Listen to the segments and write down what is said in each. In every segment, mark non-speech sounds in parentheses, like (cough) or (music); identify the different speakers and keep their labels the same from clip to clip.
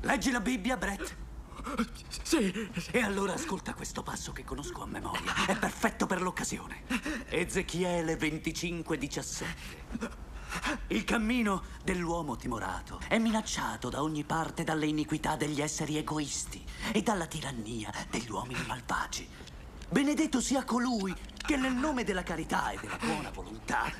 Speaker 1: Leggi la Bibbia, Brett?
Speaker 2: Sì,
Speaker 1: E allora ascolta questo passo che conosco a memoria. È perfetto per l'occasione. Ezechiele 25, 17. Il cammino dell'uomo timorato è minacciato da ogni parte dalle iniquità degli esseri egoisti e dalla tirannia degli uomini malvagi. Benedetto sia colui che nel nome della carità e della buona volontà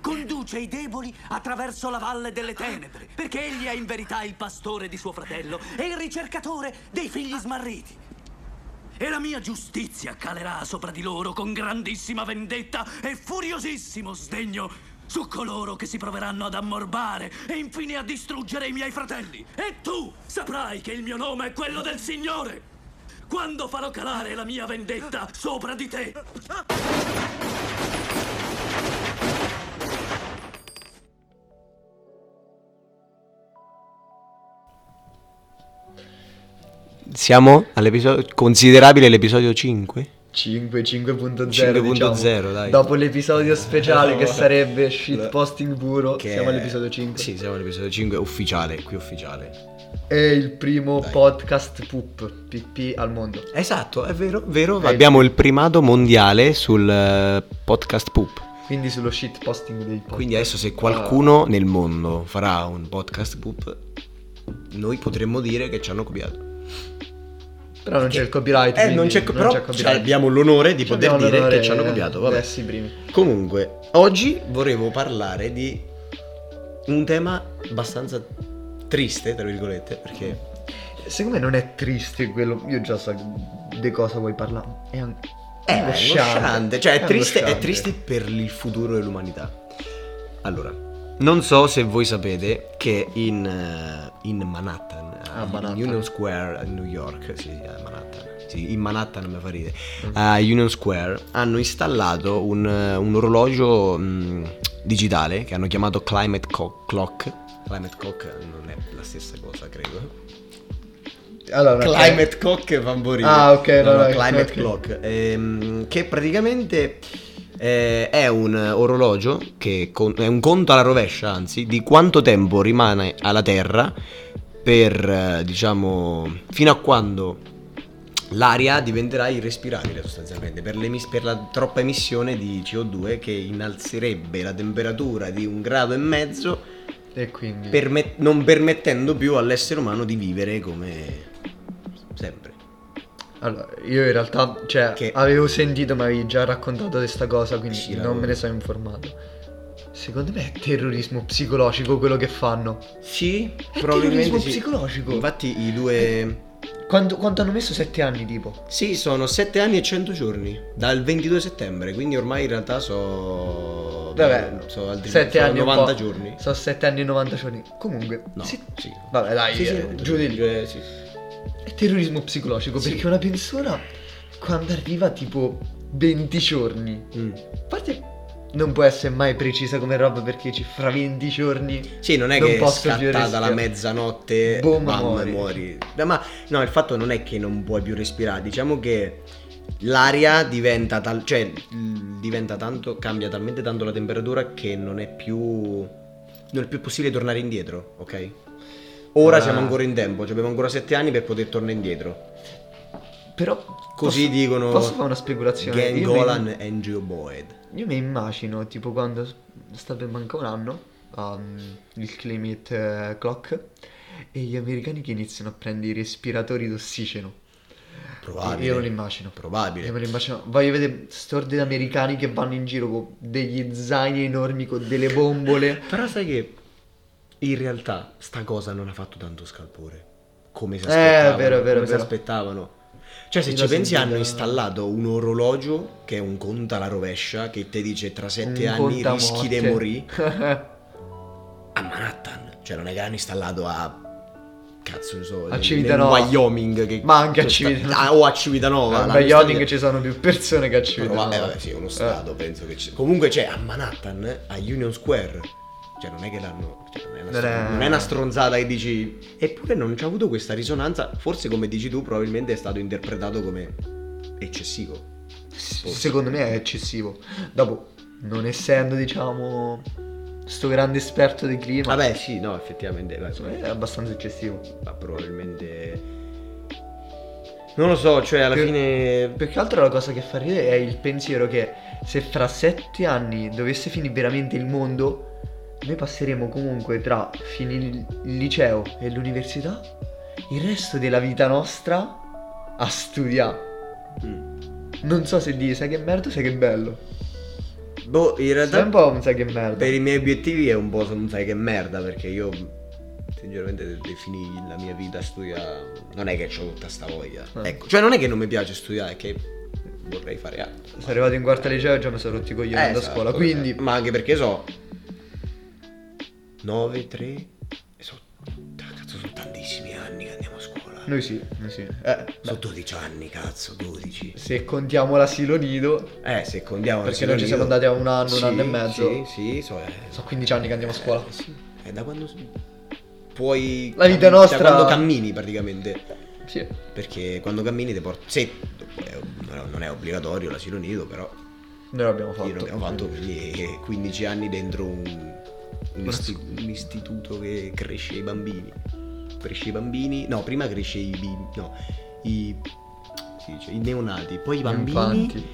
Speaker 1: conduce i deboli attraverso la valle delle tenebre, perché egli è in verità il pastore di suo fratello e il ricercatore dei figli smarriti. E la mia giustizia calerà sopra di loro con grandissima vendetta e furiosissimo sdegno su coloro che si proveranno ad ammorbare e infine a distruggere i miei fratelli. E tu saprai che il mio nome è quello del Signore. Quando farò calare la mia vendetta sopra di te.
Speaker 3: Siamo all'episodio considerabile l'episodio 5?
Speaker 4: 5, 5.0
Speaker 3: 5.0,
Speaker 4: diciamo.
Speaker 3: dai.
Speaker 4: Dopo l'episodio speciale
Speaker 3: (laughs)
Speaker 4: che sarebbe shitposting puro
Speaker 3: Oh. Che
Speaker 4: Siamo
Speaker 3: è-
Speaker 4: all'episodio 5
Speaker 3: Sì, siamo all'episodio 5 ufficiale, qui ufficiale.
Speaker 4: È il primo
Speaker 3: Dai.
Speaker 4: podcast poop PP al mondo
Speaker 3: Esatto, è vero, vero.
Speaker 4: Eh.
Speaker 3: Abbiamo il primato mondiale sul eh, podcast poop.
Speaker 4: Quindi sullo shitposting dei podcast
Speaker 3: Quindi adesso se qualcuno
Speaker 4: Ah.
Speaker 3: nel mondo farà un podcast poop, noi potremmo dire che ci hanno copiato.
Speaker 4: Ah. Però non c'è il copyright
Speaker 3: Eh, non
Speaker 4: quindi
Speaker 3: c'è, però
Speaker 4: copyright.
Speaker 3: cioè, abbiamo l'onore di
Speaker 4: Ci
Speaker 3: poter
Speaker 4: abbiamo
Speaker 3: dire
Speaker 4: l'onore,
Speaker 3: che ci hanno
Speaker 4: eh,
Speaker 3: copiato. Vabbè.
Speaker 4: eh, sì, primi.
Speaker 3: Comunque, oggi vorremmo parlare di un tema abbastanza triste, tra virgolette, perché
Speaker 4: Secondo me non è triste quello Io già so di cosa vuoi parlare È un...
Speaker 3: è
Speaker 4: Eh,
Speaker 3: angosciante. Cioè, è, triste, è
Speaker 4: angosciante.
Speaker 3: triste per il futuro dell'umanità. Allora, non so se voi sapete che in, eh, in Manhattan,
Speaker 4: Ah,
Speaker 3: a
Speaker 4: Manhattan.
Speaker 3: Union Square a New York, sì, sì, a Manhattan. Sì, in Manhattan mi fa ridere.
Speaker 4: Mm.
Speaker 3: A Union Square hanno installato un, eh, un orologio mh, digitale che hanno chiamato Climate Co- Clock. Climate Clock non è la stessa cosa, credo.
Speaker 4: Allora, ok.
Speaker 3: Climate Clock Vamborino.
Speaker 4: Ah, ok,
Speaker 3: No,
Speaker 4: no,
Speaker 3: no,
Speaker 4: no,
Speaker 3: Climate
Speaker 4: ok.
Speaker 3: Clock. Ehm, che praticamente eh, è un orologio che con- è un conto alla rovescia, anzi, di quanto tempo rimane alla Terra per, eh, diciamo, fino a quando l'aria diventerà irrespirabile sostanzialmente per, l'emis- per la troppa emissione di CO2 che innalzerebbe la temperatura di un grado e mezzo
Speaker 4: E quindi
Speaker 3: permet- non permettendo più all'essere umano di vivere come sempre.
Speaker 4: Allora, io in realtà, cioè,
Speaker 3: Che-
Speaker 4: avevo sentito, ma avevi già raccontato questa cosa, quindi
Speaker 3: Sì, l'avevo-
Speaker 4: non me ne sono informato. Secondo me è terrorismo psicologico quello che fanno.
Speaker 3: Sì,
Speaker 4: È
Speaker 3: probabilmente
Speaker 4: terrorismo
Speaker 3: sì.
Speaker 4: psicologico.
Speaker 3: Infatti i due
Speaker 4: Quanto, quanto hanno messo sette anni, tipo?
Speaker 3: Sì, sono 7 anni e 100 giorni dal 22 settembre, quindi ormai in realtà so
Speaker 4: Vabbè,
Speaker 3: so altri
Speaker 4: sette
Speaker 3: so
Speaker 4: anni e un
Speaker 3: 90
Speaker 4: po'.
Speaker 3: giorni.
Speaker 4: Sono sette anni e 90 giorni. Comunque,
Speaker 3: No,
Speaker 4: sì.
Speaker 3: sì.
Speaker 4: Vabbè, dai,
Speaker 3: Sì, sì,
Speaker 4: eh,
Speaker 3: molto
Speaker 4: giù di lì.
Speaker 3: Eh, sì.
Speaker 4: È terrorismo psicologico
Speaker 3: Sì.
Speaker 4: perché una persona, quando arriva, tipo, 20 giorni,
Speaker 3: Mm.
Speaker 4: a parte. Non può essere mai precisa come roba perché ci fra 20 giorni.
Speaker 3: Sì, non è
Speaker 4: Non
Speaker 3: che è
Speaker 4: posso più
Speaker 3: scattata la
Speaker 4: respirare.
Speaker 3: mezzanotte,
Speaker 4: Boom,
Speaker 3: bam,
Speaker 4: muori.
Speaker 3: muori. No, Ma no, il fatto non è che non puoi più respirare, diciamo che l'aria diventa tal- cioè l- diventa tanto cambia talmente tanto la temperatura che non è più non è più possibile tornare indietro, ok? Ora
Speaker 4: Ah.
Speaker 3: siamo ancora in tempo, cioè abbiamo ancora sette anni per poter tornare indietro.
Speaker 4: Però.
Speaker 3: Così
Speaker 4: posso-
Speaker 3: dicono
Speaker 4: Posso fare una speculazione? Io mi-
Speaker 3: Gangolan e Angio Boyd.
Speaker 4: Io mi immagino tipo quando s- sta per mancare un anno um, il climate eh, clock e gli americani che iniziano a prendere i respiratori d'ossigeno.
Speaker 3: Probabile.
Speaker 4: Io me lo immagino. Io me
Speaker 3: Probabile.
Speaker 4: lo immagino. Voglio vedere stordi americani che vanno in giro con degli zaini enormi, con delle bombole.
Speaker 3: Però sai che in realtà sta cosa non ha fatto tanto scalpore come si
Speaker 4: Eh,
Speaker 3: aspettavano.
Speaker 4: vero, vero,
Speaker 3: come si
Speaker 4: vero.
Speaker 3: aspettavano. Cioè, se
Speaker 4: Io
Speaker 3: ci
Speaker 4: l'ho
Speaker 3: pensi,
Speaker 4: sentita-
Speaker 3: hanno installato un orologio che è un conto alla rovescia che ti dice tra sette
Speaker 4: Un
Speaker 3: anni
Speaker 4: contamorte.
Speaker 3: rischi di morire
Speaker 4: (laughs)
Speaker 3: a Manhattan. Cioè, non è che l'hanno installato a. Cazzo, non so. nel-
Speaker 4: Civitanova.
Speaker 3: nel Wyoming. Che
Speaker 4: Ma anche a
Speaker 3: cioè, sta-
Speaker 4: Civitanova.
Speaker 3: ah, o a Civitanova.
Speaker 4: A
Speaker 3: l'hanno
Speaker 4: Wyoming
Speaker 3: installato-
Speaker 4: ci sono più persone che a Civitanova.
Speaker 3: Prova- eh, vabbè, sì, è uno stato, penso che ci Comunque c'è a Manhattan, eh, a Union Square. Cioè, non è che l'hanno. cioè, non, è una
Speaker 4: Non
Speaker 3: stron-
Speaker 4: è-
Speaker 3: non è una stronzata che dici. Eppure non c'ha avuto questa risonanza. Forse, come dici tu, probabilmente è stato interpretato come eccessivo.
Speaker 4: S- Secondo me è eccessivo. Dopo, non essendo, diciamo, sto grande esperto del clima.
Speaker 3: Vabbè, sì, no, effettivamente. vai, vai.
Speaker 4: È abbastanza eccessivo.
Speaker 3: Ma probabilmente. Non lo so, cioè, alla
Speaker 4: Per-
Speaker 3: fine.
Speaker 4: Eh, Più che altro la cosa che fa ridere è il pensiero che se fra sette anni dovesse finire veramente il mondo, noi passeremo comunque tra finire il il liceo e l'università il resto della vita nostra a studiare.
Speaker 3: Mm.
Speaker 4: Non so se dire sai che merda o sai che bello.
Speaker 3: Boh, in
Speaker 4: Sai
Speaker 3: realtà.
Speaker 4: un po' un sai che merda.
Speaker 3: Per i miei obiettivi è un po' non sai che merda, perché io sinceramente de- definì la mia vita studia. Non è che ho tutta sta voglia.
Speaker 4: Eh.
Speaker 3: Ecco, cioè non è che non mi piace studiare, è che vorrei fare altro.
Speaker 4: Sono arrivato in quarta liceo e già mi sono rotti i coglioni
Speaker 3: Eh,
Speaker 4: andando a
Speaker 3: esatto,
Speaker 4: scuola. Quindi.
Speaker 3: eh. Ma anche perché so. 9, 3. E so. Cazzo, sono tantissimi anni che andiamo a scuola.
Speaker 4: Noi sì, noi sì. Eh,
Speaker 3: Sono 12 anni, cazzo, 12.
Speaker 4: se contiamo l'asilo nido,
Speaker 3: Eh, se contiamo
Speaker 4: Perché
Speaker 3: non
Speaker 4: noi ci siamo andati a un anno, un anno e mezzo.
Speaker 3: Sì, sì, so, eh,
Speaker 4: sono 15 anni che andiamo a scuola.
Speaker 3: Eh, sì. È da quando puoi
Speaker 4: La vita
Speaker 3: da
Speaker 4: nostra-
Speaker 3: quando cammini praticamente.
Speaker 4: Sì.
Speaker 3: Perché quando cammini ti porti Sì, è- non è obbligatorio l'asilo nido, però
Speaker 4: Noi l'abbiamo fatto.
Speaker 3: io l'abbiamo fatto
Speaker 4: quindi.
Speaker 3: quindi (laughs) 15 anni dentro un, un isti- un istituto che cresce i bambini. Cresce i bambini, no, prima cresce i bimbi, no, i si dice, i neonati, poi i bambini,
Speaker 4: Infanti.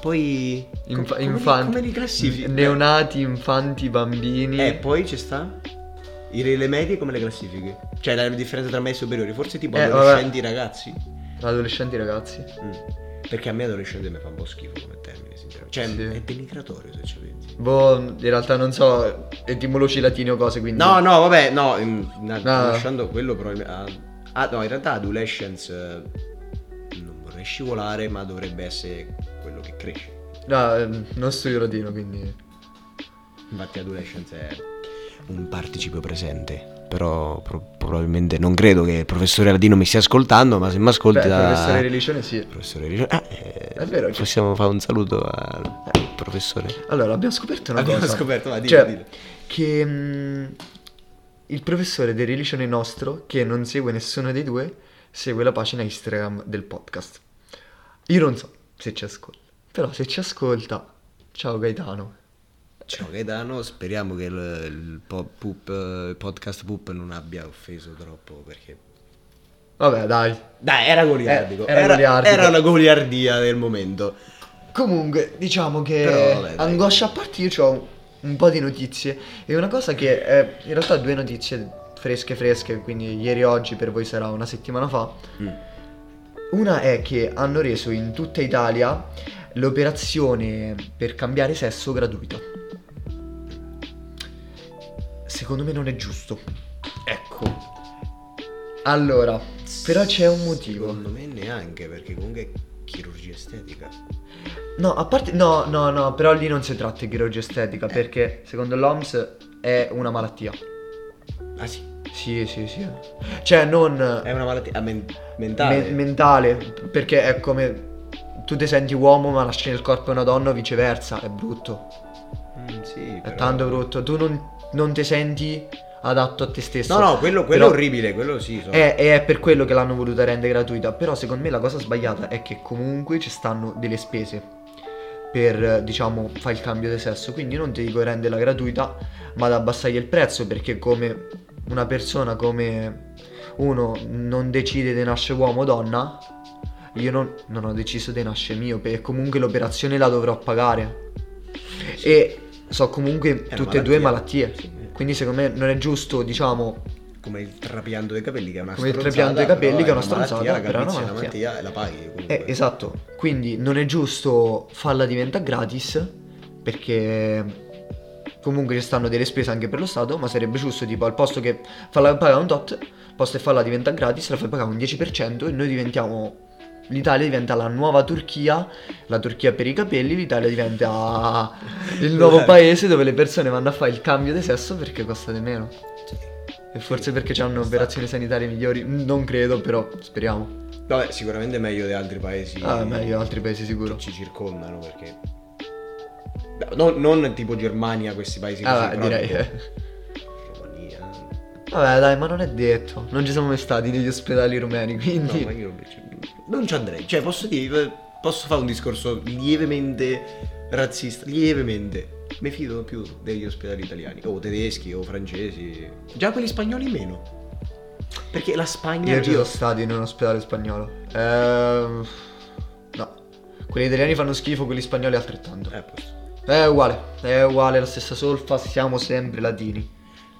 Speaker 3: poi
Speaker 4: Inf-
Speaker 3: come li-
Speaker 4: infanti.
Speaker 3: come li classifichi?
Speaker 4: Neonati, infanti, bambini.
Speaker 3: E poi ci sta i re- le medie come le classifiche? Cioè la differenza tra me e superiori, forse tipo
Speaker 4: Eh,
Speaker 3: adolescenti ragazzi.
Speaker 4: Adolescenti, ragazzi.
Speaker 3: Mm. Perché a me adolescente mi fa un po' schifo come termine, sinceramente. Cioè
Speaker 4: Sì.
Speaker 3: è denigratorio se ci pensi.
Speaker 4: Boh, in realtà non so etimologi latini o cose, quindi.
Speaker 3: No, no, vabbè, no, in- na-
Speaker 4: No.
Speaker 3: lasciando quello probabilmente ah, ah, no, in realtà adolescence eh, non vorrei scivolare, ma dovrebbe essere quello che cresce.
Speaker 4: No, ehm, non studio latino, quindi.
Speaker 3: Infatti adolescence è un participe presente. Però pro- probabilmente non credo che il professore Ladino mi stia ascoltando, ma se mi ascolta...
Speaker 4: Beh, professore di Cioè- religione sì.
Speaker 3: Professore Ricio- ah, eh,
Speaker 4: È vero che-
Speaker 3: possiamo fare un saluto al al professore.
Speaker 4: Allora, abbiamo scoperto una
Speaker 3: Abbiamo
Speaker 4: cosa.
Speaker 3: scoperto, va, dillo,
Speaker 4: cioè,
Speaker 3: dillo.
Speaker 4: Che mm, il professore di religione nostro, che non segue nessuno dei due, segue la pagina Instagram del podcast. Io non so se ci ascolta, però se ci ascolta, ciao Gaetano.
Speaker 3: Ciao Gaetano, speriamo che il, il po- poop, eh, il podcast Poop non abbia offeso troppo perché...
Speaker 4: Vabbè, dai.
Speaker 3: Dai, era goliardico.
Speaker 4: Eh, era goliardico.
Speaker 3: era una goliardia del momento.
Speaker 4: Comunque, diciamo che
Speaker 3: Però, vabbè, dai.
Speaker 4: angoscia a parte io ho un po' di notizie e una cosa che eh, in realtà due notizie fresche fresche, quindi ieri e oggi per voi sarà una settimana fa.
Speaker 3: Mm.
Speaker 4: Una è che hanno reso in tutta Italia l'operazione per cambiare sesso gratuita. Secondo me non è giusto. Ecco. Allora, però c'è un motivo.
Speaker 3: Secondo me neanche perché comunque è chirurgia estetica.
Speaker 4: No, a parte. No, no, no, però lì non si tratta di chirurgia
Speaker 3: Eh.
Speaker 4: estetica perché secondo l'OMS è una malattia.
Speaker 3: Ah sì,
Speaker 4: Sì, sì, sì. Cioè, non
Speaker 3: è una malattia ah, men- mentale.
Speaker 4: me- mentale, perché è come. Tu ti senti uomo ma nasci nel corpo di una donna o viceversa, è brutto.
Speaker 3: Mm, sì,
Speaker 4: È
Speaker 3: però-
Speaker 4: tanto brutto. Tu non, non ti senti adatto a te stesso.
Speaker 3: No, no, quello, quello
Speaker 4: Però- Eh.
Speaker 3: è orribile, quello sì. so.
Speaker 4: È- e è per quello che l'hanno voluta rendere gratuita. Però secondo me la cosa sbagliata è che comunque ci stanno delle spese per, eh, diciamo, fare il cambio di sesso. Quindi non ti dico renderla gratuita, ma ad abbassargli il prezzo perché come una persona, come uno non decide di nascere uomo o donna, io non, non ho deciso di nascere mio perché comunque l'operazione la dovrò pagare. E so comunque
Speaker 3: una
Speaker 4: tutte e due
Speaker 3: malattia.
Speaker 4: malattie.
Speaker 3: Sì.
Speaker 4: Quindi secondo me non è giusto, diciamo,
Speaker 3: come il trapianto dei capelli che è una
Speaker 4: Come il
Speaker 3: stronzata
Speaker 4: trapianto dei
Speaker 3: però
Speaker 4: capelli che è una
Speaker 3: malattia,
Speaker 4: stronzata, però è
Speaker 3: la
Speaker 4: una
Speaker 3: capizia è una malattia e la paghi comunque.
Speaker 4: Eh, esatto, quindi non è giusto farla diventare gratis perché comunque ci stanno delle spese anche per lo Stato, ma sarebbe giusto tipo al posto che farla pagare un tot, al posto che farla diventare gratis, la fai pagare un 10% e noi diventiamo... L'Italia diventa la nuova Turchia, la Turchia per i capelli, l'Italia diventa il (laughs) nuovo paese dove le persone vanno a fare il cambio di sesso perché costa di meno. E forse perché hanno operazioni sanitarie migliori, non credo però, speriamo.
Speaker 3: Vabbè, sicuramente meglio di altri paesi
Speaker 4: Ah, meglio altri paesi sicuro.
Speaker 3: che ci circondano perché No, non- non tipo Germania, questi paesi così,
Speaker 4: Ah, beh,
Speaker 3: però
Speaker 4: direi.
Speaker 3: tipo Romania.
Speaker 4: (laughs) Vabbè, dai, ma non è detto. Non ci siamo mai stati negli ospedali rumeni,
Speaker 3: No,
Speaker 4: quindi.
Speaker 3: eh, ma io non ci- non ci andrei, cioè posso dire posso fare un discorso lievemente razzista, lievemente. Mi fido più degli ospedali italiani, o tedeschi, o francesi. Già quelli spagnoli meno. Perché la Spagna...
Speaker 4: Io ci sono stato in un ospedale spagnolo. Ehm, no. Quelli italiani fanno schifo, quelli spagnoli altrettanto.
Speaker 3: Eh, posso.
Speaker 4: È uguale, è uguale, la stessa solfa, siamo sempre latini.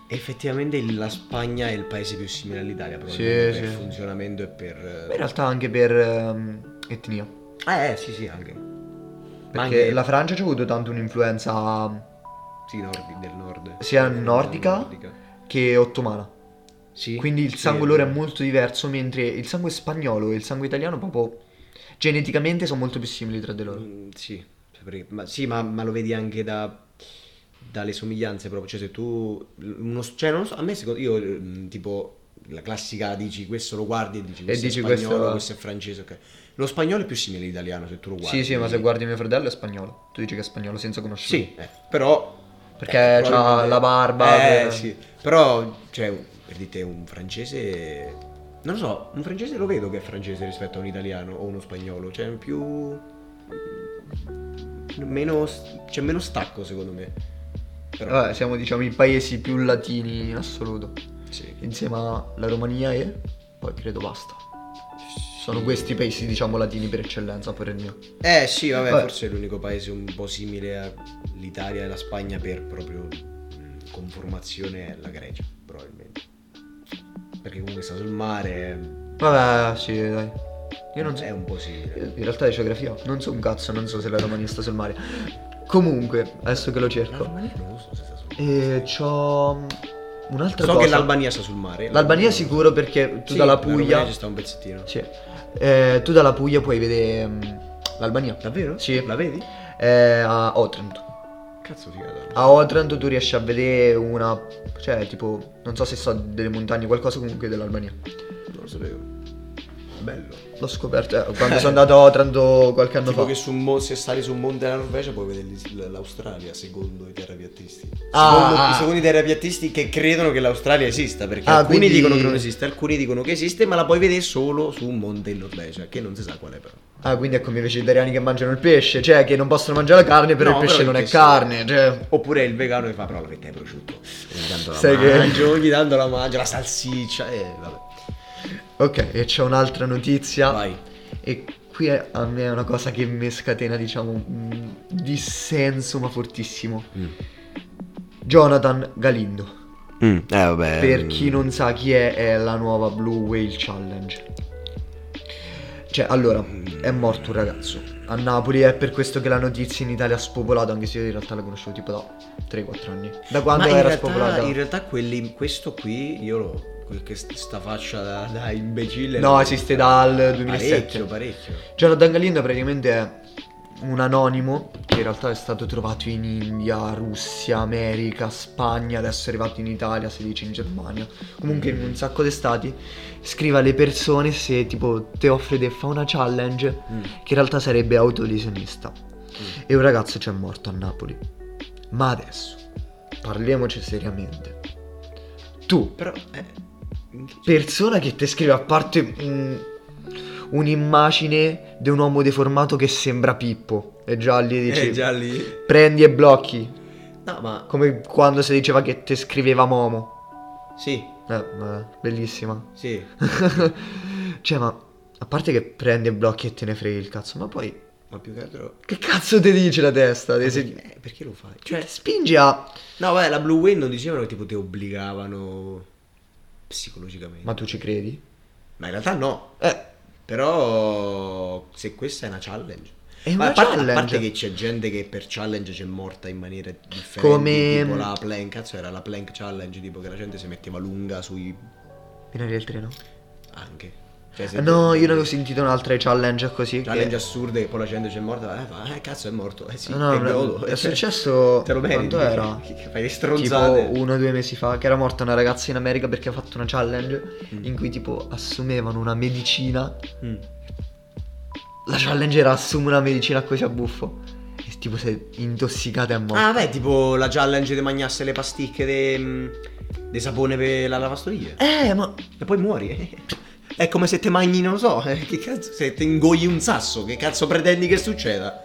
Speaker 3: Effettivamente la Spagna è il paese più simile all'Italia, proprio
Speaker 4: sì.
Speaker 3: per funzionamento e per...
Speaker 4: Ma in realtà anche per ehm, etnia.
Speaker 3: Eh, eh, sì, sì, anche.
Speaker 4: Perché
Speaker 3: Ma anche
Speaker 4: la Francia ci ha avuto tanto un'influenza
Speaker 3: Sì, nordi, del nord. Eh,
Speaker 4: sia nordica, che ottomana.
Speaker 3: Sì.
Speaker 4: Quindi il sangue loro è molto diverso, mentre il sangue spagnolo e il sangue italiano proprio geneticamente sono molto più simili tra di loro.
Speaker 3: Mm, Sì, perché- ma, sì, ma, ma lo vedi anche da- dalle somiglianze proprio. Cioè, se tu. uno- cioè, non lo so, a me secondo io, mm, tipo, la classica dici questo lo guardi e dici questo
Speaker 4: dici,
Speaker 3: è
Speaker 4: questo
Speaker 3: spagnolo,
Speaker 4: lo-
Speaker 3: questo, è francese. ok. Lo spagnolo è più simile all'italiano se tu lo guardi.
Speaker 4: Sì, sì, ma se guardi mio fratello è spagnolo. Tu dici che è spagnolo senza conoscerlo.
Speaker 3: Sì, eh, però. eh,
Speaker 4: Perché c'ha
Speaker 3: probabilmente-
Speaker 4: la barba,
Speaker 3: Eh,
Speaker 4: per-
Speaker 3: sì. Però, cioè, per dite un francese. Non lo so, un francese lo vedo che è francese rispetto a un italiano o uno spagnolo. Cioè, più. Meno. C'è meno stacco, secondo me. Però.
Speaker 4: Vabbè, siamo diciamo i paesi più latini in assoluto.
Speaker 3: Sì.
Speaker 4: Insieme alla Romania e poi credo basta. Sono questi i paesi diciamo latini per eccellenza, pure il mio.
Speaker 3: Eh, sì, vabbè,
Speaker 4: Vabbè.
Speaker 3: forse è l'unico paese un po' simile all'Italia e alla Spagna per proprio conformazione è la Grecia, probabilmente. Perché comunque sta sul mare.
Speaker 4: Vabbè, sì, dai. Io non so.
Speaker 3: È un po' simile.
Speaker 4: In realtà è geografia. Non so un cazzo, non so se la Romania sta sul mare. Comunque, adesso che lo cerco.
Speaker 3: Ecco. non lo so se sta sul mare.
Speaker 4: E c'ho un'altra
Speaker 3: So
Speaker 4: cosa.
Speaker 3: che l'Albania sta sul mare.
Speaker 4: L'Albania sicuro perché tu
Speaker 3: Sì,
Speaker 4: dalla
Speaker 3: La Romania
Speaker 4: Puglia.
Speaker 3: ci sta un pezzettino.
Speaker 4: Sì. Eh, tu dalla Puglia puoi vedere mm, l'Albania.
Speaker 3: Davvero?
Speaker 4: Sì.
Speaker 3: La vedi?
Speaker 4: Eh, a Otranto.
Speaker 3: Cazzo figata.
Speaker 4: A Otranto tu riesci a vedere una. Cioè, tipo, non so se so delle montagne, qualcosa comunque dell'Albania.
Speaker 3: Non lo sapevo. Bello.
Speaker 4: L'ho scoperto eh, quando sono andato a Otranto qualche anno
Speaker 3: Tipo
Speaker 4: fa.
Speaker 3: che su un mo- se sali sul monte della Norvegia puoi vedere l'is- l- l'Australia, secondo i terrapiattisti.
Speaker 4: Ah,
Speaker 3: secondo,
Speaker 4: ah.
Speaker 3: secondo i terrapiattisti che credono che l'Australia esista, perché
Speaker 4: Ah,
Speaker 3: alcuni
Speaker 4: quindi-
Speaker 3: dicono che non esiste, alcuni dicono che esiste, ma la puoi vedere solo su un monte in Norvegia, che non si sa qual è però.
Speaker 4: Ah, quindi è come i vegetariani che mangiano il pesce, cioè che non possono mangiare la carne, Eh, però
Speaker 3: No,
Speaker 4: il pesce
Speaker 3: però
Speaker 4: non
Speaker 3: il
Speaker 4: è
Speaker 3: pesce-
Speaker 4: carne. Cioè.
Speaker 3: Oppure il vegano che fa però la fetta di prosciutto. Ogni tanto la
Speaker 4: Sai che-
Speaker 3: mangio, ogni tanto la mangio, la salsiccia e vabbè.
Speaker 4: Ok, e c'è un'altra notizia.
Speaker 3: Vai.
Speaker 4: E qui è- a me è una cosa che mi scatena, diciamo, un dissenso ma fortissimo.
Speaker 3: Mm.
Speaker 4: Jonathan Galindo.
Speaker 3: eh vabbè.
Speaker 4: Per chi non sa chi è, è la nuova Blue Whale Challenge. Cioè, allora, è morto un ragazzo a Napoli, è per questo che la notizia in Italia ha spopolato, anche se io in realtà la conoscevo tipo da 3-4 anni. Da quando
Speaker 3: Ma in
Speaker 4: era
Speaker 3: realtà,
Speaker 4: spopolata?
Speaker 3: in realtà quelli, questo qui, io lo, quel che st- sta faccia da, da imbecille.
Speaker 4: No,
Speaker 3: lo-
Speaker 4: esiste dal 2007.
Speaker 3: Parecchio, parecchio.
Speaker 4: Jonathan Galindo Cioè, praticamente è un anonimo che in realtà è stato trovato in India, Russia, America, Spagna, adesso è arrivato in Italia, si dice in Germania, comunque in un sacco di stati, scrive alle persone se tipo te offre di fa una challenge
Speaker 3: Mm.
Speaker 4: che in realtà sarebbe autolesionista. E un ragazzo c'è morto a Napoli. Ma adesso, parliamoci seriamente. Tu
Speaker 3: Però, eh, in che-
Speaker 4: persona che ti scrive a parte un- un'immagine di un uomo deformato che sembra Pippo e già lì dici
Speaker 3: eh, già lì.
Speaker 4: prendi e blocchi
Speaker 3: No, ma
Speaker 4: come quando si diceva che te scriveva Momo
Speaker 3: sì,
Speaker 4: eh, ma- bellissima (laughs)
Speaker 3: sì.
Speaker 4: cioè ma a parte che prendi e blocchi e te ne freghi il cazzo ma poi
Speaker 3: Ma più che altro.
Speaker 4: che cazzo ti dice la testa Te se-
Speaker 3: Eh, perché lo fai?
Speaker 4: cioè
Speaker 3: Cioè,
Speaker 4: ti spingi a
Speaker 3: no, vabbè, la Blue Wind non dicevano che tipo ti obbligavano psicologicamente.
Speaker 4: ma tu ci credi?
Speaker 3: Ma in realtà no.
Speaker 4: eh
Speaker 3: Però se questa è una challenge.
Speaker 4: È
Speaker 3: Ma
Speaker 4: una
Speaker 3: a parte, a
Speaker 4: challenge.
Speaker 3: parte che c'è gente che per challenge c'è morta in maniera differente.
Speaker 4: Come-
Speaker 3: Tipo la plank, cazzo era la plank challenge, tipo che la gente si metteva lunga sui...
Speaker 4: Binari del treno
Speaker 3: anche. Cioè, se-
Speaker 4: Eh, no io ne avevo sentito un'altra challenge così che-
Speaker 3: Challenge assurde che poi la gente c'è morta, eh, fa, eh cazzo è morto, eh sì,
Speaker 4: No, no,
Speaker 3: che
Speaker 4: no,
Speaker 3: godo.
Speaker 4: è
Speaker 3: Cioè,
Speaker 4: successo-
Speaker 3: Te lo meriti,
Speaker 4: quanto era?
Speaker 3: Che- che (laughs) fai le stronzate.
Speaker 4: Tipo uno o due mesi fa, che era morta una ragazza in America perché ha fatto una challenge in cui tipo assumevano una medicina.
Speaker 3: Mm.
Speaker 4: La challenge era assumi una medicina così a buffo. E tipo sei intossicata e morta.
Speaker 3: Ah beh, tipo la challenge di mangiasse le pasticche di sapone per la lavastoviglie.
Speaker 4: Eh, ma.
Speaker 3: E poi muori. È come se te magni, non lo so, eh, che cazzo, se te ingogli un sasso, che cazzo pretendi che succeda?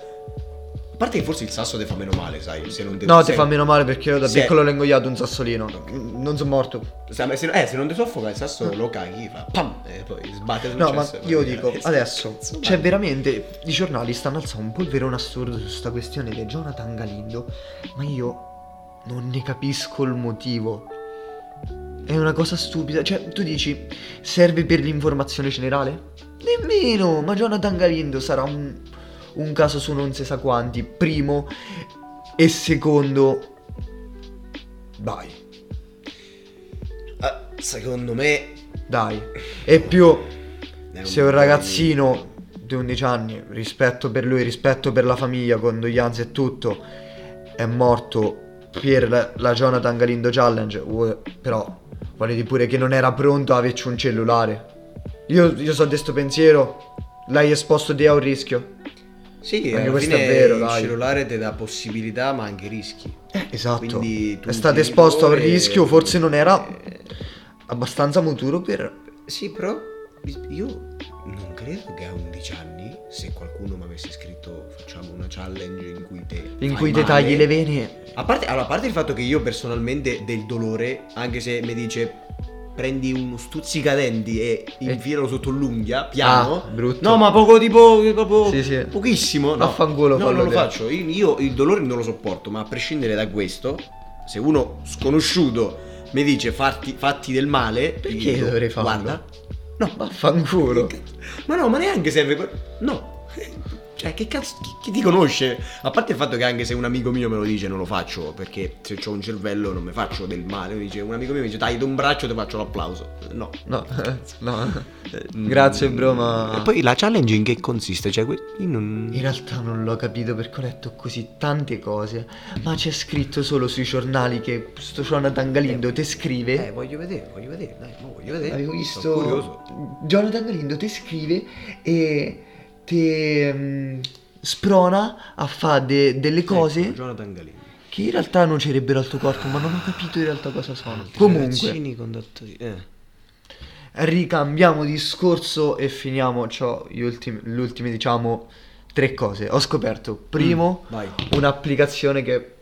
Speaker 3: parte che forse il sasso ti fa meno male, sai. Se non te,
Speaker 4: No, ti
Speaker 3: se-
Speaker 4: fa meno male perché io da
Speaker 3: se-
Speaker 4: piccolo l'ho ingoiato un sassolino. Non sono morto.
Speaker 3: se- se- eh, se non ti soffoca il sasso lo caghi, fa pam, e poi sbatte sul
Speaker 4: No, ma
Speaker 3: cesso e
Speaker 4: io
Speaker 3: poi-
Speaker 4: dico,
Speaker 3: eh, sì,
Speaker 4: adesso,
Speaker 3: cazzo,
Speaker 4: cioè
Speaker 3: ma-
Speaker 4: veramente, i giornali stanno alzando un polverone assurdo su sta questione di Jonathan Galindo, ma io non ne capisco il motivo. È una cosa stupida, cioè tu dici, serve per l'informazione generale? Nemmeno, ma Jonathan Galindo sarà un, un caso su non si sa quanti, primo e secondo... Vai.
Speaker 3: Ah, secondo me...
Speaker 4: Dai, è più
Speaker 3: è
Speaker 4: se un ragazzino di 11 anni, rispetto per lui, rispetto per la famiglia, condoglianze e tutto, è morto per la- la Jonathan Galindo Challenge, vuol- però volete pure che non era pronto a averci un cellulare. Io, io so di sto pensiero, l'hai esposto te a un rischio.
Speaker 3: Sì,
Speaker 4: Anche
Speaker 3: alla
Speaker 4: questo è
Speaker 3: fine
Speaker 4: vero,
Speaker 3: il
Speaker 4: dai.
Speaker 3: cellulare ti dà possibilità ma anche rischi.
Speaker 4: Esatto,
Speaker 3: Quindi tu
Speaker 4: è stato
Speaker 3: utilizzo
Speaker 4: esposto a un
Speaker 3: e-
Speaker 4: rischio, forse non era
Speaker 3: Eh,
Speaker 4: abbastanza maturo per...
Speaker 3: Sì, però io non credo che a 11 anni, se qualcuno mi avesse scritto facciamo una challenge in cui te
Speaker 4: In
Speaker 3: fai
Speaker 4: cui
Speaker 3: male",
Speaker 4: dettagli le vene
Speaker 3: A parte, allora, a parte il fatto che io personalmente del dolore, anche se mi dice prendi uno stuzzicadenti e infilalo sotto l'unghia, piano.
Speaker 4: Eh. Ah, brutto.
Speaker 3: No, ma poco tipo proprio
Speaker 4: Sì, sì.
Speaker 3: pochissimo, no.
Speaker 4: Vaffanculo,
Speaker 3: no,
Speaker 4: fallo
Speaker 3: non lo
Speaker 4: te.
Speaker 3: faccio. Io, io il dolore non lo sopporto, ma a prescindere da questo, se uno sconosciuto mi dice farti, fatti del male,
Speaker 4: Perché
Speaker 3: gli dico,
Speaker 4: dovrei farlo?
Speaker 3: Guarda. No,
Speaker 4: Vaffanculo.
Speaker 3: Che cazzo- Ma no, ma neanche serve que- No. Cioè, che cazzo chi, chi ti conosce? A parte il fatto che anche se un amico mio me lo dice non lo faccio, perché se ho un cervello non mi faccio del male. Mi dice, un amico mio mi dice, dai, do un braccio e ti faccio l'applauso. No.
Speaker 4: No, (laughs)
Speaker 3: (laughs)
Speaker 4: no.
Speaker 3: Eh,
Speaker 4: Grazie, bro, ma-
Speaker 3: E poi la challenge in che consiste? Cioè, que- io non...
Speaker 4: In realtà non l'ho capito perché ho letto così tante cose, ma c'è scritto solo sui giornali che sto Jonathan Galindo te scrive.
Speaker 3: Eh, voglio vedere, voglio vedere, dai, mo voglio vedere.
Speaker 4: avevo
Speaker 3: Sono
Speaker 4: visto
Speaker 3: curioso.
Speaker 4: Jonathan Galindo te scrive e te mm, sprona a fare delle cose
Speaker 3: Ecco, Jonathan Galini.
Speaker 4: che in realtà non c'erebbero al tuo corpo, ma non ho capito in realtà cosa sono. Comunque,
Speaker 3: Ragazzini condotto di- eh.
Speaker 4: ricambiamo discorso e finiamo ciò, gli ultimi, le ultime diciamo tre cose. Ho scoperto, primo,
Speaker 3: Mm, vai.
Speaker 4: un'applicazione che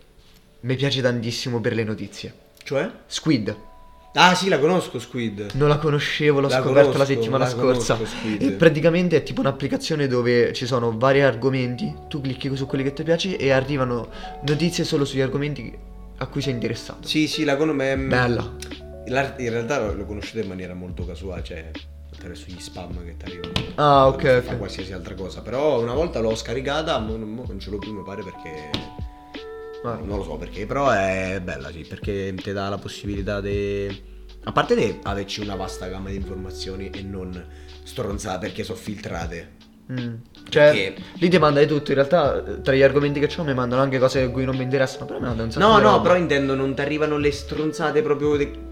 Speaker 4: mi piace tantissimo per le notizie.
Speaker 3: Cioè?
Speaker 4: Squid,
Speaker 3: Ah, sì, la conosco, Squid.
Speaker 4: non la conoscevo, l'ho
Speaker 3: La
Speaker 4: scoperta la
Speaker 3: conosco,
Speaker 4: settimana
Speaker 3: la
Speaker 4: scorsa.
Speaker 3: conosco, Squid.
Speaker 4: E praticamente è tipo un'applicazione dove ci sono vari argomenti, tu clicchi su quelli che ti piace e arrivano notizie solo sugli argomenti a cui sei interessato.
Speaker 3: Sì, sì, la conosco.
Speaker 4: Bella.
Speaker 3: La- in realtà lo, lo conoscete in maniera molto casuale, cioè attraverso gli spam che ti arrivano.
Speaker 4: Ah, ok,
Speaker 3: Quando si
Speaker 4: ok.
Speaker 3: Fa qualsiasi altra cosa. Però una volta l'ho scaricata, ma non, mo non ce l'ho più, mi pare perché.
Speaker 4: Ah.
Speaker 3: Non lo so perché, però è bella, sì, perché ti dà la possibilità di. A parte di averci una vasta gamma di informazioni e non stronzate perché sono filtrate.
Speaker 4: Mm. Cioè,
Speaker 3: Perché-
Speaker 4: lì ti manda di tutto. In realtà, eh, tra gli argomenti che c'ho, mi mandano anche cose a cui non mi interessano. Però mi mandano un sacco
Speaker 3: No,
Speaker 4: di
Speaker 3: no,
Speaker 4: roba.
Speaker 3: però intendo, non ti arrivano le stronzate proprio. di-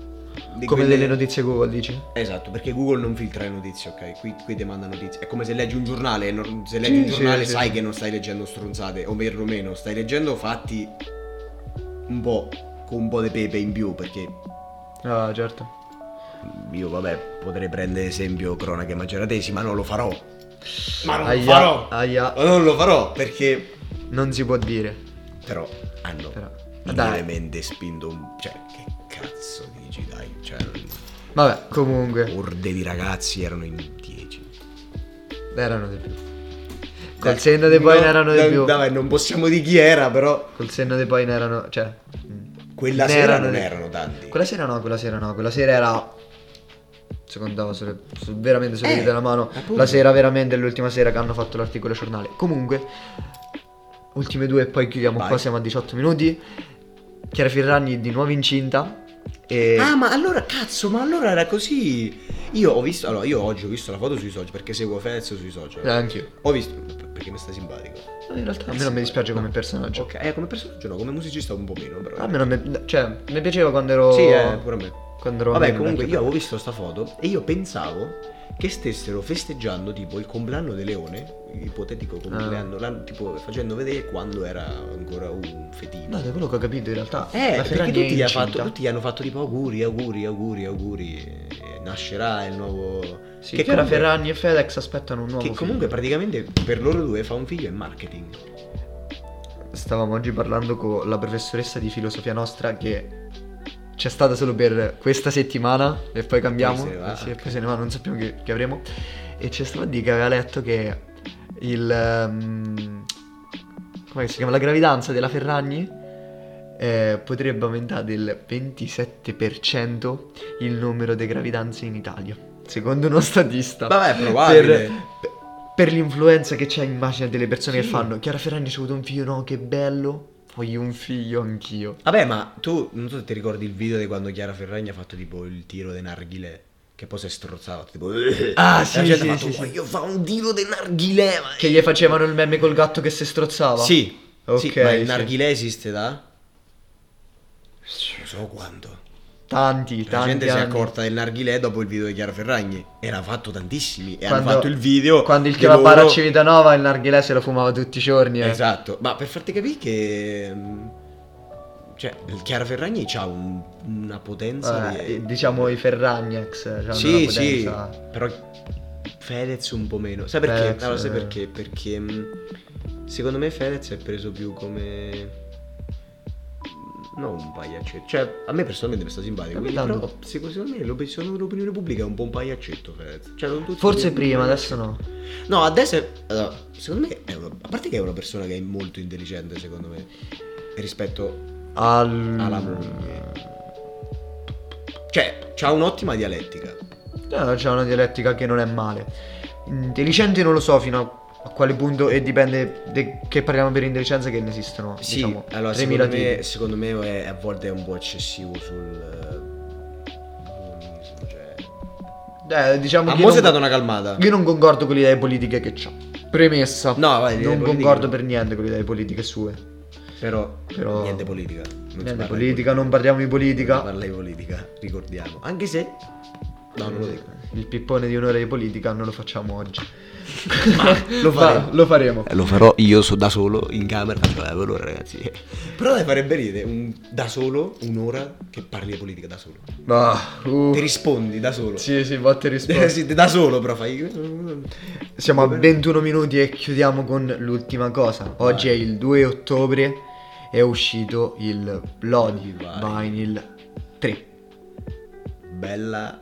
Speaker 3: di
Speaker 4: Come
Speaker 3: quelle-
Speaker 4: delle notizie Google, dici?
Speaker 3: Esatto, perché Google non filtra le notizie, ok? Qui, qui ti manda notizie. È come se leggi un giornale, non- se leggi
Speaker 4: Sì,
Speaker 3: un giornale
Speaker 4: sì,
Speaker 3: sai
Speaker 4: sì.
Speaker 3: che non stai leggendo stronzate, o perlomeno stai leggendo fatti un po' con un po' di pepe in più, perché
Speaker 4: Ah, certo.
Speaker 3: io vabbè potrei prendere esempio cronache maggioratesi, ma non lo farò. Ma non
Speaker 4: Aia,
Speaker 3: lo farò!
Speaker 4: aia.
Speaker 3: Ma non lo farò perché...
Speaker 4: Non si può dire.
Speaker 3: Però hanno
Speaker 4: Però- Dai.
Speaker 3: veramente spinto un... Cioè, che cazzo dici, dai? Cioè,
Speaker 4: Vabbè, comunque,
Speaker 3: orde di ragazzi erano in 10.
Speaker 4: erano di più. Col senno dei poi
Speaker 3: No,
Speaker 4: ne erano di
Speaker 3: no,
Speaker 4: più.
Speaker 3: Vabbè, non possiamo di chi era, però.
Speaker 4: Col senno dei poi ne erano. Cioè. mm.
Speaker 3: Quella
Speaker 4: Ne
Speaker 3: sera
Speaker 4: erano
Speaker 3: non
Speaker 4: di-
Speaker 3: erano tanti.
Speaker 4: Quella sera no, quella sera no. Quella sera era. Secondo sulle, su- veramente sulle
Speaker 3: Eh,
Speaker 4: dita della mano.
Speaker 3: appunto.
Speaker 4: La sera veramente è l'ultima sera che hanno fatto l'articolo giornale. Comunque, ultime due e poi chiudiamo
Speaker 3: Vai.
Speaker 4: qua. Siamo a 18 minuti. Chiara Ferragni di nuovo incinta. E
Speaker 3: Ah, ma allora, cazzo, ma allora era così. Io ho visto. Allora, io oggi ho visto la foto sui social perché seguo Fez sui social.
Speaker 4: Eh, anch'io.
Speaker 3: Ho visto. Perché mi sta simpatico.
Speaker 4: No, In realtà a me non mi dispiace come personaggio.
Speaker 3: Ok, eh, come personaggio no, come musicista un po' meno, però.
Speaker 4: A me non mi. Cioè, mi piaceva quando ero.
Speaker 3: Sì, eh, pure a me.
Speaker 4: Quando ero
Speaker 3: Vabbè,
Speaker 4: bambino,
Speaker 3: comunque
Speaker 4: anche
Speaker 3: io avevo visto sta foto e io pensavo che stessero festeggiando tipo il compleanno di Leone, ipotetico
Speaker 4: Ah.
Speaker 3: compleanno, l'hanno- tipo facendo vedere quando era ancora un fetino.
Speaker 4: No, da quello che ho capito in realtà.
Speaker 3: Eh,
Speaker 4: la
Speaker 3: perché
Speaker 4: Ferragni è
Speaker 3: tutti gli, ha
Speaker 4: incinta.
Speaker 3: fatto, tutti gli hanno fatto tipo auguri, auguri, auguri, auguri. e nascerà il nuovo.
Speaker 4: Sì, che Chiara
Speaker 3: comunque-
Speaker 4: Ferragni e Fedex aspettano un nuovo
Speaker 3: Che
Speaker 4: film.
Speaker 3: comunque praticamente per loro due fa un figlio e marketing.
Speaker 4: stavamo oggi parlando con la professoressa di filosofia nostra che c'è stata solo per questa settimana e poi cambiamo.
Speaker 3: se ne va,
Speaker 4: Eh
Speaker 3: ok.
Speaker 4: sì, e poi se ne va, non sappiamo che, che avremo. E c'è stato di che aveva letto che il... ehm, come si chiama? La gravidanza della Ferragni eh, potrebbe aumentare del 27% il numero di gravidanze in Italia. Secondo uno statista.
Speaker 3: Vabbè, è probabile.
Speaker 4: Per, per l'influenza che c'è in macchina delle persone che
Speaker 3: Sì.
Speaker 4: fanno. Chiara Ferragni ha avuto un figlio, no? Che bello. Voglio un figlio anch'io.
Speaker 3: Vabbè, ma tu non so se ti ricordi il video di quando Chiara Ferragni ha fatto tipo il tiro dei narghile. Che poi si è strozzato. Tipo. eh,
Speaker 4: Ah,
Speaker 3: e
Speaker 4: sì,
Speaker 3: la gente
Speaker 4: sì,
Speaker 3: ha fatto,
Speaker 4: sì,
Speaker 3: "Voglio fa un tiro dei narghile. Ma...
Speaker 4: Che gli facevano il meme col gatto che si strozzava.
Speaker 3: Sì.
Speaker 4: Ok,
Speaker 3: sì, ma il
Speaker 4: sì.
Speaker 3: narghile esiste da. Non so quanto.
Speaker 4: Tanti,
Speaker 3: La
Speaker 4: tanti.
Speaker 3: gente si è
Speaker 4: anni.
Speaker 3: accorta del narghilè dopo il video di Chiara Ferragni. E l'ha fatto tantissimi. E
Speaker 4: Quando-
Speaker 3: hanno fatto il video.
Speaker 4: Quando il
Speaker 3: di
Speaker 4: Chiavapara a
Speaker 3: loro-
Speaker 4: Civitanova il narghilè se lo fumava tutti i giorni. eh.
Speaker 3: Esatto, ma per farti capire che. mm, Cioè, il Chiara Ferragni ha un- una potenza.
Speaker 4: Eh,
Speaker 3: di-
Speaker 4: diciamo i Ferragnex. cioè, hanno una
Speaker 3: sì, sì,
Speaker 4: potenza-
Speaker 3: però Fedez un po' meno. Sai perché?
Speaker 4: Fedez,
Speaker 3: Allora, sai
Speaker 4: eh.
Speaker 3: perché? Perché mh, secondo me Fedez è preso più come mm, non un pagliaccetto. Cioè, a me personalmente mi sta simpatico,
Speaker 4: A me
Speaker 3: quindi,
Speaker 4: tanto.
Speaker 3: però secondo secondo me l'op- secondo l'opinione pubblica è un po' un pagliaccetto Fedez. Cioè, non tutti-
Speaker 4: Forse prima, adesso no.
Speaker 3: No, adesso è- allora, secondo me è una a parte che è una persona che è molto intelligente, secondo me, rispetto
Speaker 4: Al...
Speaker 3: alla moglie. Cioè, ha un'ottima dialettica.
Speaker 4: Eh, c'è una dialettica che non è male. Intelligente non lo so fino a a quale punto e dipende de- che parliamo per intelligenza che ne esistono.
Speaker 3: Sì,
Speaker 4: diciamo,
Speaker 3: allora
Speaker 4: 3000
Speaker 3: secondo me,
Speaker 4: tipi.
Speaker 3: secondo me è, a volte è un po' eccessivo sul eh, comunismo, cioè.
Speaker 4: Eh, diciamo
Speaker 3: A
Speaker 4: che
Speaker 3: mo'
Speaker 4: io
Speaker 3: si è
Speaker 4: non-
Speaker 3: data una calmata.
Speaker 4: Io non concordo con le idee politiche che c'ho. Premessa.
Speaker 3: No, vai, le idee
Speaker 4: non
Speaker 3: politiche
Speaker 4: concordo
Speaker 3: no.
Speaker 4: per niente con le idee politiche sue.
Speaker 3: Però,
Speaker 4: Però-
Speaker 3: niente politica. Non si
Speaker 4: Niente
Speaker 3: parla di
Speaker 4: politica, non parliamo di
Speaker 3: Non si
Speaker 4: politica.
Speaker 3: parla di politica, ricordiamo. Anche se No, non lo dico.
Speaker 4: Il pippone di un'ora di politica non lo facciamo oggi.
Speaker 3: lo
Speaker 4: (laughs) Ma
Speaker 3: faremo.
Speaker 4: lo faremo.
Speaker 3: Eh, Lo farò io da solo in camera, faccio la allora ragazzi. Però dai farebbe ridere un- da solo un'ora che parli di politica da solo.
Speaker 4: Ah, uh.
Speaker 3: Ti rispondi da solo.
Speaker 4: Sì, sì, botte e risposta.
Speaker 3: (laughs) Sì, da solo però fai
Speaker 4: Siamo a 21 minuti e chiudiamo con l'ultima cosa. Oggi è il 2 ottobre è uscito il Bloody
Speaker 3: Vai.
Speaker 4: Vinyl 3.
Speaker 3: bella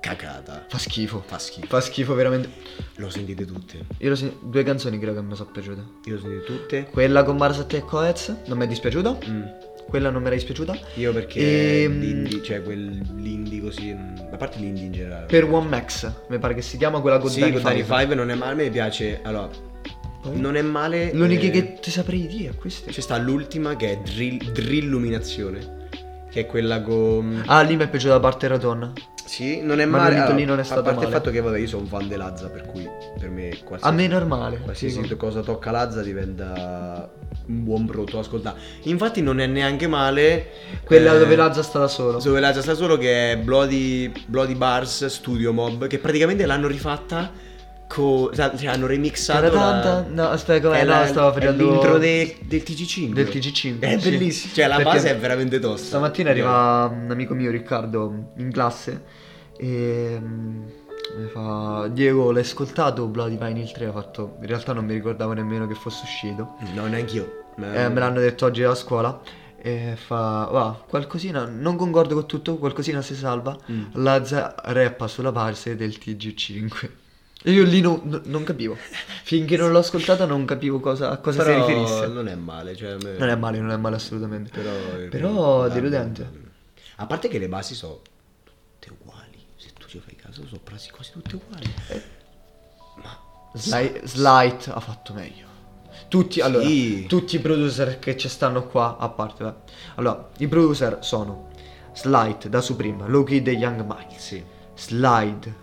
Speaker 3: cacata.
Speaker 4: Fa schifo.
Speaker 3: Fa schifo.
Speaker 4: Fa schifo veramente.
Speaker 3: Lo sentite tutte.
Speaker 4: Io lo sen- due canzoni credo che mi sono piaciute.
Speaker 3: Io lo sentite tutte.
Speaker 4: Quella con Marzat e Coez non mi è dispiaciuta.
Speaker 3: Mm.
Speaker 4: Quella non mi era dispiaciuta.
Speaker 3: Io perché
Speaker 4: Ehm,
Speaker 3: l'indie, cioè quell'indie così, mm, a parte l'indie in generale.
Speaker 4: Per One Max, mi pare che si chiama quella con
Speaker 3: sì,
Speaker 4: Danny
Speaker 3: con Danny
Speaker 4: Five.
Speaker 3: Five non è male, mi piace. Allora,
Speaker 4: Poi?
Speaker 3: non è male.
Speaker 4: L'unica
Speaker 3: eh,
Speaker 4: che ti saprei dire è questa.
Speaker 3: C'è sta l'ultima che è drill, Drilluminazione. Che è quella con.
Speaker 4: Ah, lì mi è piaciuta la parte radonna.
Speaker 3: Sì, non è
Speaker 4: Ma
Speaker 3: male. Ah,
Speaker 4: l'ambito lì non è stato
Speaker 3: A parte
Speaker 4: male.
Speaker 3: il fatto che, vabbè, io sono un fan di Lazza, per cui per me. Qualsiasi,
Speaker 4: A me è normale.
Speaker 3: Qualsiasi
Speaker 4: sì.
Speaker 3: cosa tocca Lazza diventa un buon prodotto. Ascolta, infatti, non è neanche male.
Speaker 4: Quella
Speaker 3: eh,
Speaker 4: dove Lazza sta da solo.
Speaker 3: dove Lazza sta solo, che è Bloody, Bloody Bars Studio Mob, che praticamente l'hanno rifatta. co- cioè, hanno remixato.
Speaker 4: Taratanta,
Speaker 3: la-
Speaker 4: no, aspetta, com'è?
Speaker 3: è
Speaker 4: No, stavo
Speaker 3: è
Speaker 4: facendo-
Speaker 3: l'intro de- del TG5.
Speaker 4: Del TG5,
Speaker 3: È
Speaker 4: sì.
Speaker 3: bellissimo. Cioè, la
Speaker 4: Perché
Speaker 3: base è veramente tosta.
Speaker 4: Stamattina arriva un amico mio, Riccardo, in classe e mm, mi fa Diego, l'hai ascoltato Bloody Vinyl 3? Ho fatto, in realtà non mi ricordavo nemmeno che fosse uscito.
Speaker 3: No, neanche io.
Speaker 4: Eh, me l'hanno detto oggi a scuola e fa, va, qualcosina, non concordo con tutto, qualcosina si salva.
Speaker 3: Mm.
Speaker 4: Lazza rappa sulla base del TG5. E io lì no- no- non capivo. Finché non l'ho ascoltata non capivo cosa- a cosa
Speaker 3: Però
Speaker 4: si riferisse.
Speaker 3: Non è male. Cioè, a me-
Speaker 4: Non è male, non è male assolutamente.
Speaker 3: Però,
Speaker 4: Però
Speaker 3: Ah,
Speaker 4: deludente.
Speaker 3: A parte che le basi sono tutte uguali. Se tu ci fai caso, sono quasi quasi tutte uguali.
Speaker 4: Sli- Slight ha fatto meglio. Tutti, allora,
Speaker 3: Sì.
Speaker 4: tutti i producer che ci stanno qua, a parte, vabbè. Allora, i producer sono Slight da Supreme, Low Kid e Young Mike.
Speaker 3: Sì.
Speaker 4: Slide,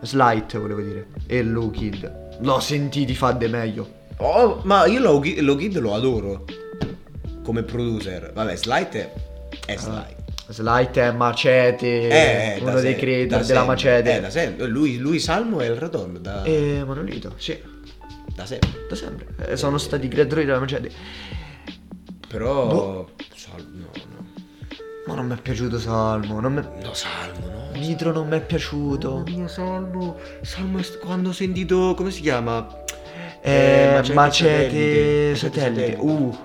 Speaker 4: Slight volevo dire, e Low Kid. L'ho sentiti fa de meglio.
Speaker 3: Oh, ma io Low Kid, Low Kid lo adoro. Come producer. Vabbè, Slide è, è Slide.
Speaker 4: Slight è Macete,
Speaker 3: Ah, Eh, eh, da
Speaker 4: uno dei
Speaker 3: sempre,
Speaker 4: creator
Speaker 3: da
Speaker 4: della
Speaker 3: sempre.
Speaker 4: Macete.
Speaker 3: Eh, da sempre. Lui, lui Salmo è il Radon da,
Speaker 4: E Monolito, sì,
Speaker 3: da sempre.
Speaker 4: da sempre. Eh, sono stati i creatori della Macete.
Speaker 3: Però... Salmo, no,
Speaker 4: Ma non mi è piaciuto Salmo, non mi-
Speaker 3: no. No, Salmo, no.
Speaker 4: Nitro non mi è piaciuto.
Speaker 3: mio Salmo, Salmo è st- quando ho sentito, come si chiama?
Speaker 4: Eh,
Speaker 3: Macete
Speaker 4: macete
Speaker 3: Satellite.
Speaker 4: satellite. Uh,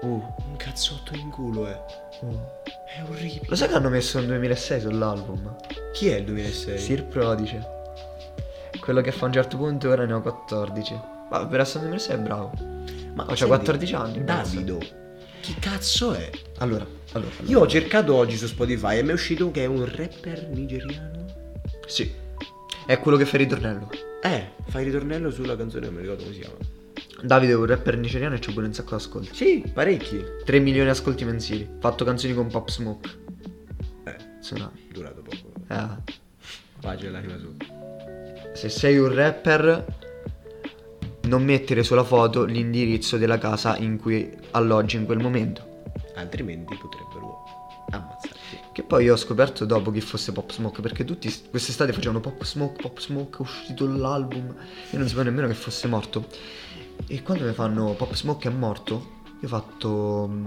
Speaker 4: Uh,
Speaker 3: Un cazzotto in culo, eh.
Speaker 4: uh.
Speaker 3: È orribile.
Speaker 4: Lo sai che hanno messo il 2006 sull'album?
Speaker 3: Chi è il 2006?
Speaker 4: Sir Prodice. Quello che fa a un certo punto ora ne ho 14. Ma per essere un 2006 è bravo. Ma c'ha
Speaker 3: senti,
Speaker 4: 14 anni. pensa.
Speaker 3: Davido. Chi cazzo è?
Speaker 4: Allora, allora. allora.
Speaker 3: Io ho cercato oggi su Spotify e mi è uscito che è un rapper nigeriano.
Speaker 4: Sì. È quello che fa il ritornello.
Speaker 3: Eh, fai ritornello sulla canzone, non mi ricordo come si chiama.
Speaker 4: Davide è un rapper nigeriano e c'ha pure un sacco di ascolti.
Speaker 3: Sì, parecchi.
Speaker 4: 3 milioni di ascolti mensili. Fatto canzoni con Pop Smoke.
Speaker 3: Eh,
Speaker 4: Tsunami.
Speaker 3: durato poco.
Speaker 4: Eh.
Speaker 3: Pace l'anima sotto.
Speaker 4: Se sei un rapper, non mettere sulla foto l'indirizzo della casa in cui alloggi in quel momento.
Speaker 3: Altrimenti potrebbero ammazzarti.
Speaker 4: Che poi io ho scoperto dopo che fosse Pop Smoke, perché tutti s- quest'estate facevano Pop Smoke, Pop Smoke, è uscito l'album, io non sapevo nemmeno che fosse morto. E quando mi fanno Pop Smoke è morto, io ho fatto... mh,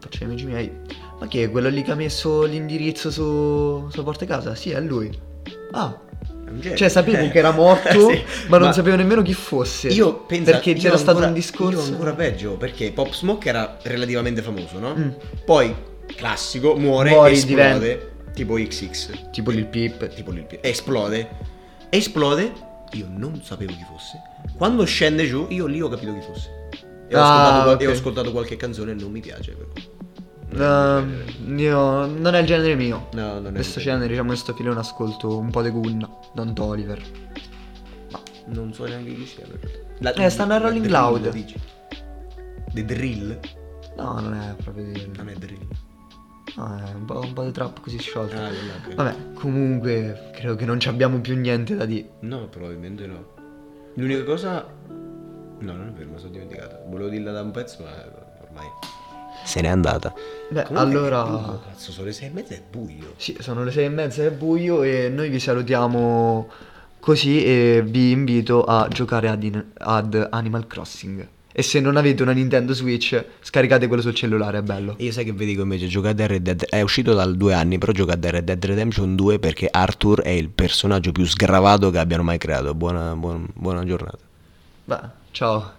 Speaker 4: faccio gli amici miei, ma che è quello lì che ha messo l'indirizzo su, sulla porta di casa? Sì, è lui. Ah,
Speaker 3: È un genio.
Speaker 4: cioè sapevo
Speaker 3: Eh.
Speaker 4: che era morto,
Speaker 3: (laughs) Sì,
Speaker 4: ma non sapevo nemmeno chi fosse.
Speaker 3: Io penso
Speaker 4: Perché c'era stato un discorso...
Speaker 3: Io ancora peggio, perché Pop Smoke era relativamente famoso, no?
Speaker 4: Mm.
Speaker 3: Poi, classico, muore,
Speaker 4: Muore,
Speaker 3: esplode. Tipo XX.
Speaker 4: Tipo Lil Peep.
Speaker 3: Tipo Lil Peep. Esplode. Esplode. Io non sapevo chi fosse. Quando scende giù, io lì ho capito chi fosse. E ho,
Speaker 4: Ah,
Speaker 3: ascoltato, qual- e
Speaker 4: ok.
Speaker 3: ho ascoltato qualche canzone e non mi piace. per cui. Non è il mio genere.
Speaker 4: Ehm, io- non è il genere mio.
Speaker 3: No, non è il
Speaker 4: Questo
Speaker 3: mio
Speaker 4: genere, diciamo, questo filone ascolto un po' di Gunna, Don Oliver.
Speaker 3: Non so neanche chi sia. per cui. La-
Speaker 4: Eh, stanno a
Speaker 3: la
Speaker 4: Rolling
Speaker 3: Drill,
Speaker 4: Loud.
Speaker 3: dici? The Drill?
Speaker 4: No, non è proprio di...
Speaker 3: Non è Drill.
Speaker 4: no, è un po', un po' di trap così sciolto.
Speaker 3: Ah, quella, ok.
Speaker 4: Vabbè, comunque, credo che non ci abbiamo più niente da dire.
Speaker 3: No, probabilmente no. L'unica cosa. No, non è vero, me la sono dimenticata. Volevo dirla da un pezzo, ma ormai. Se n'è andata.
Speaker 4: Beh,
Speaker 3: Comunque,
Speaker 4: allora...
Speaker 3: è buio, cazzo, sono le sei e mezza è buio.
Speaker 4: Sì, sono le sei e mezza, è buio e noi vi salutiamo così e vi invito a giocare ad, in- ad Animal Crossing. E se non avete una Nintendo Switch, scaricate quello sul cellulare, è bello.
Speaker 3: Io sai che vi dico invece, giocate a Red Dead. È uscito da due anni, però giocate a Red Dead Redemption 2 perché Arthur è il personaggio più sgravato che abbiano mai creato. Buona, buon- buona giornata.
Speaker 4: Beh, ciao.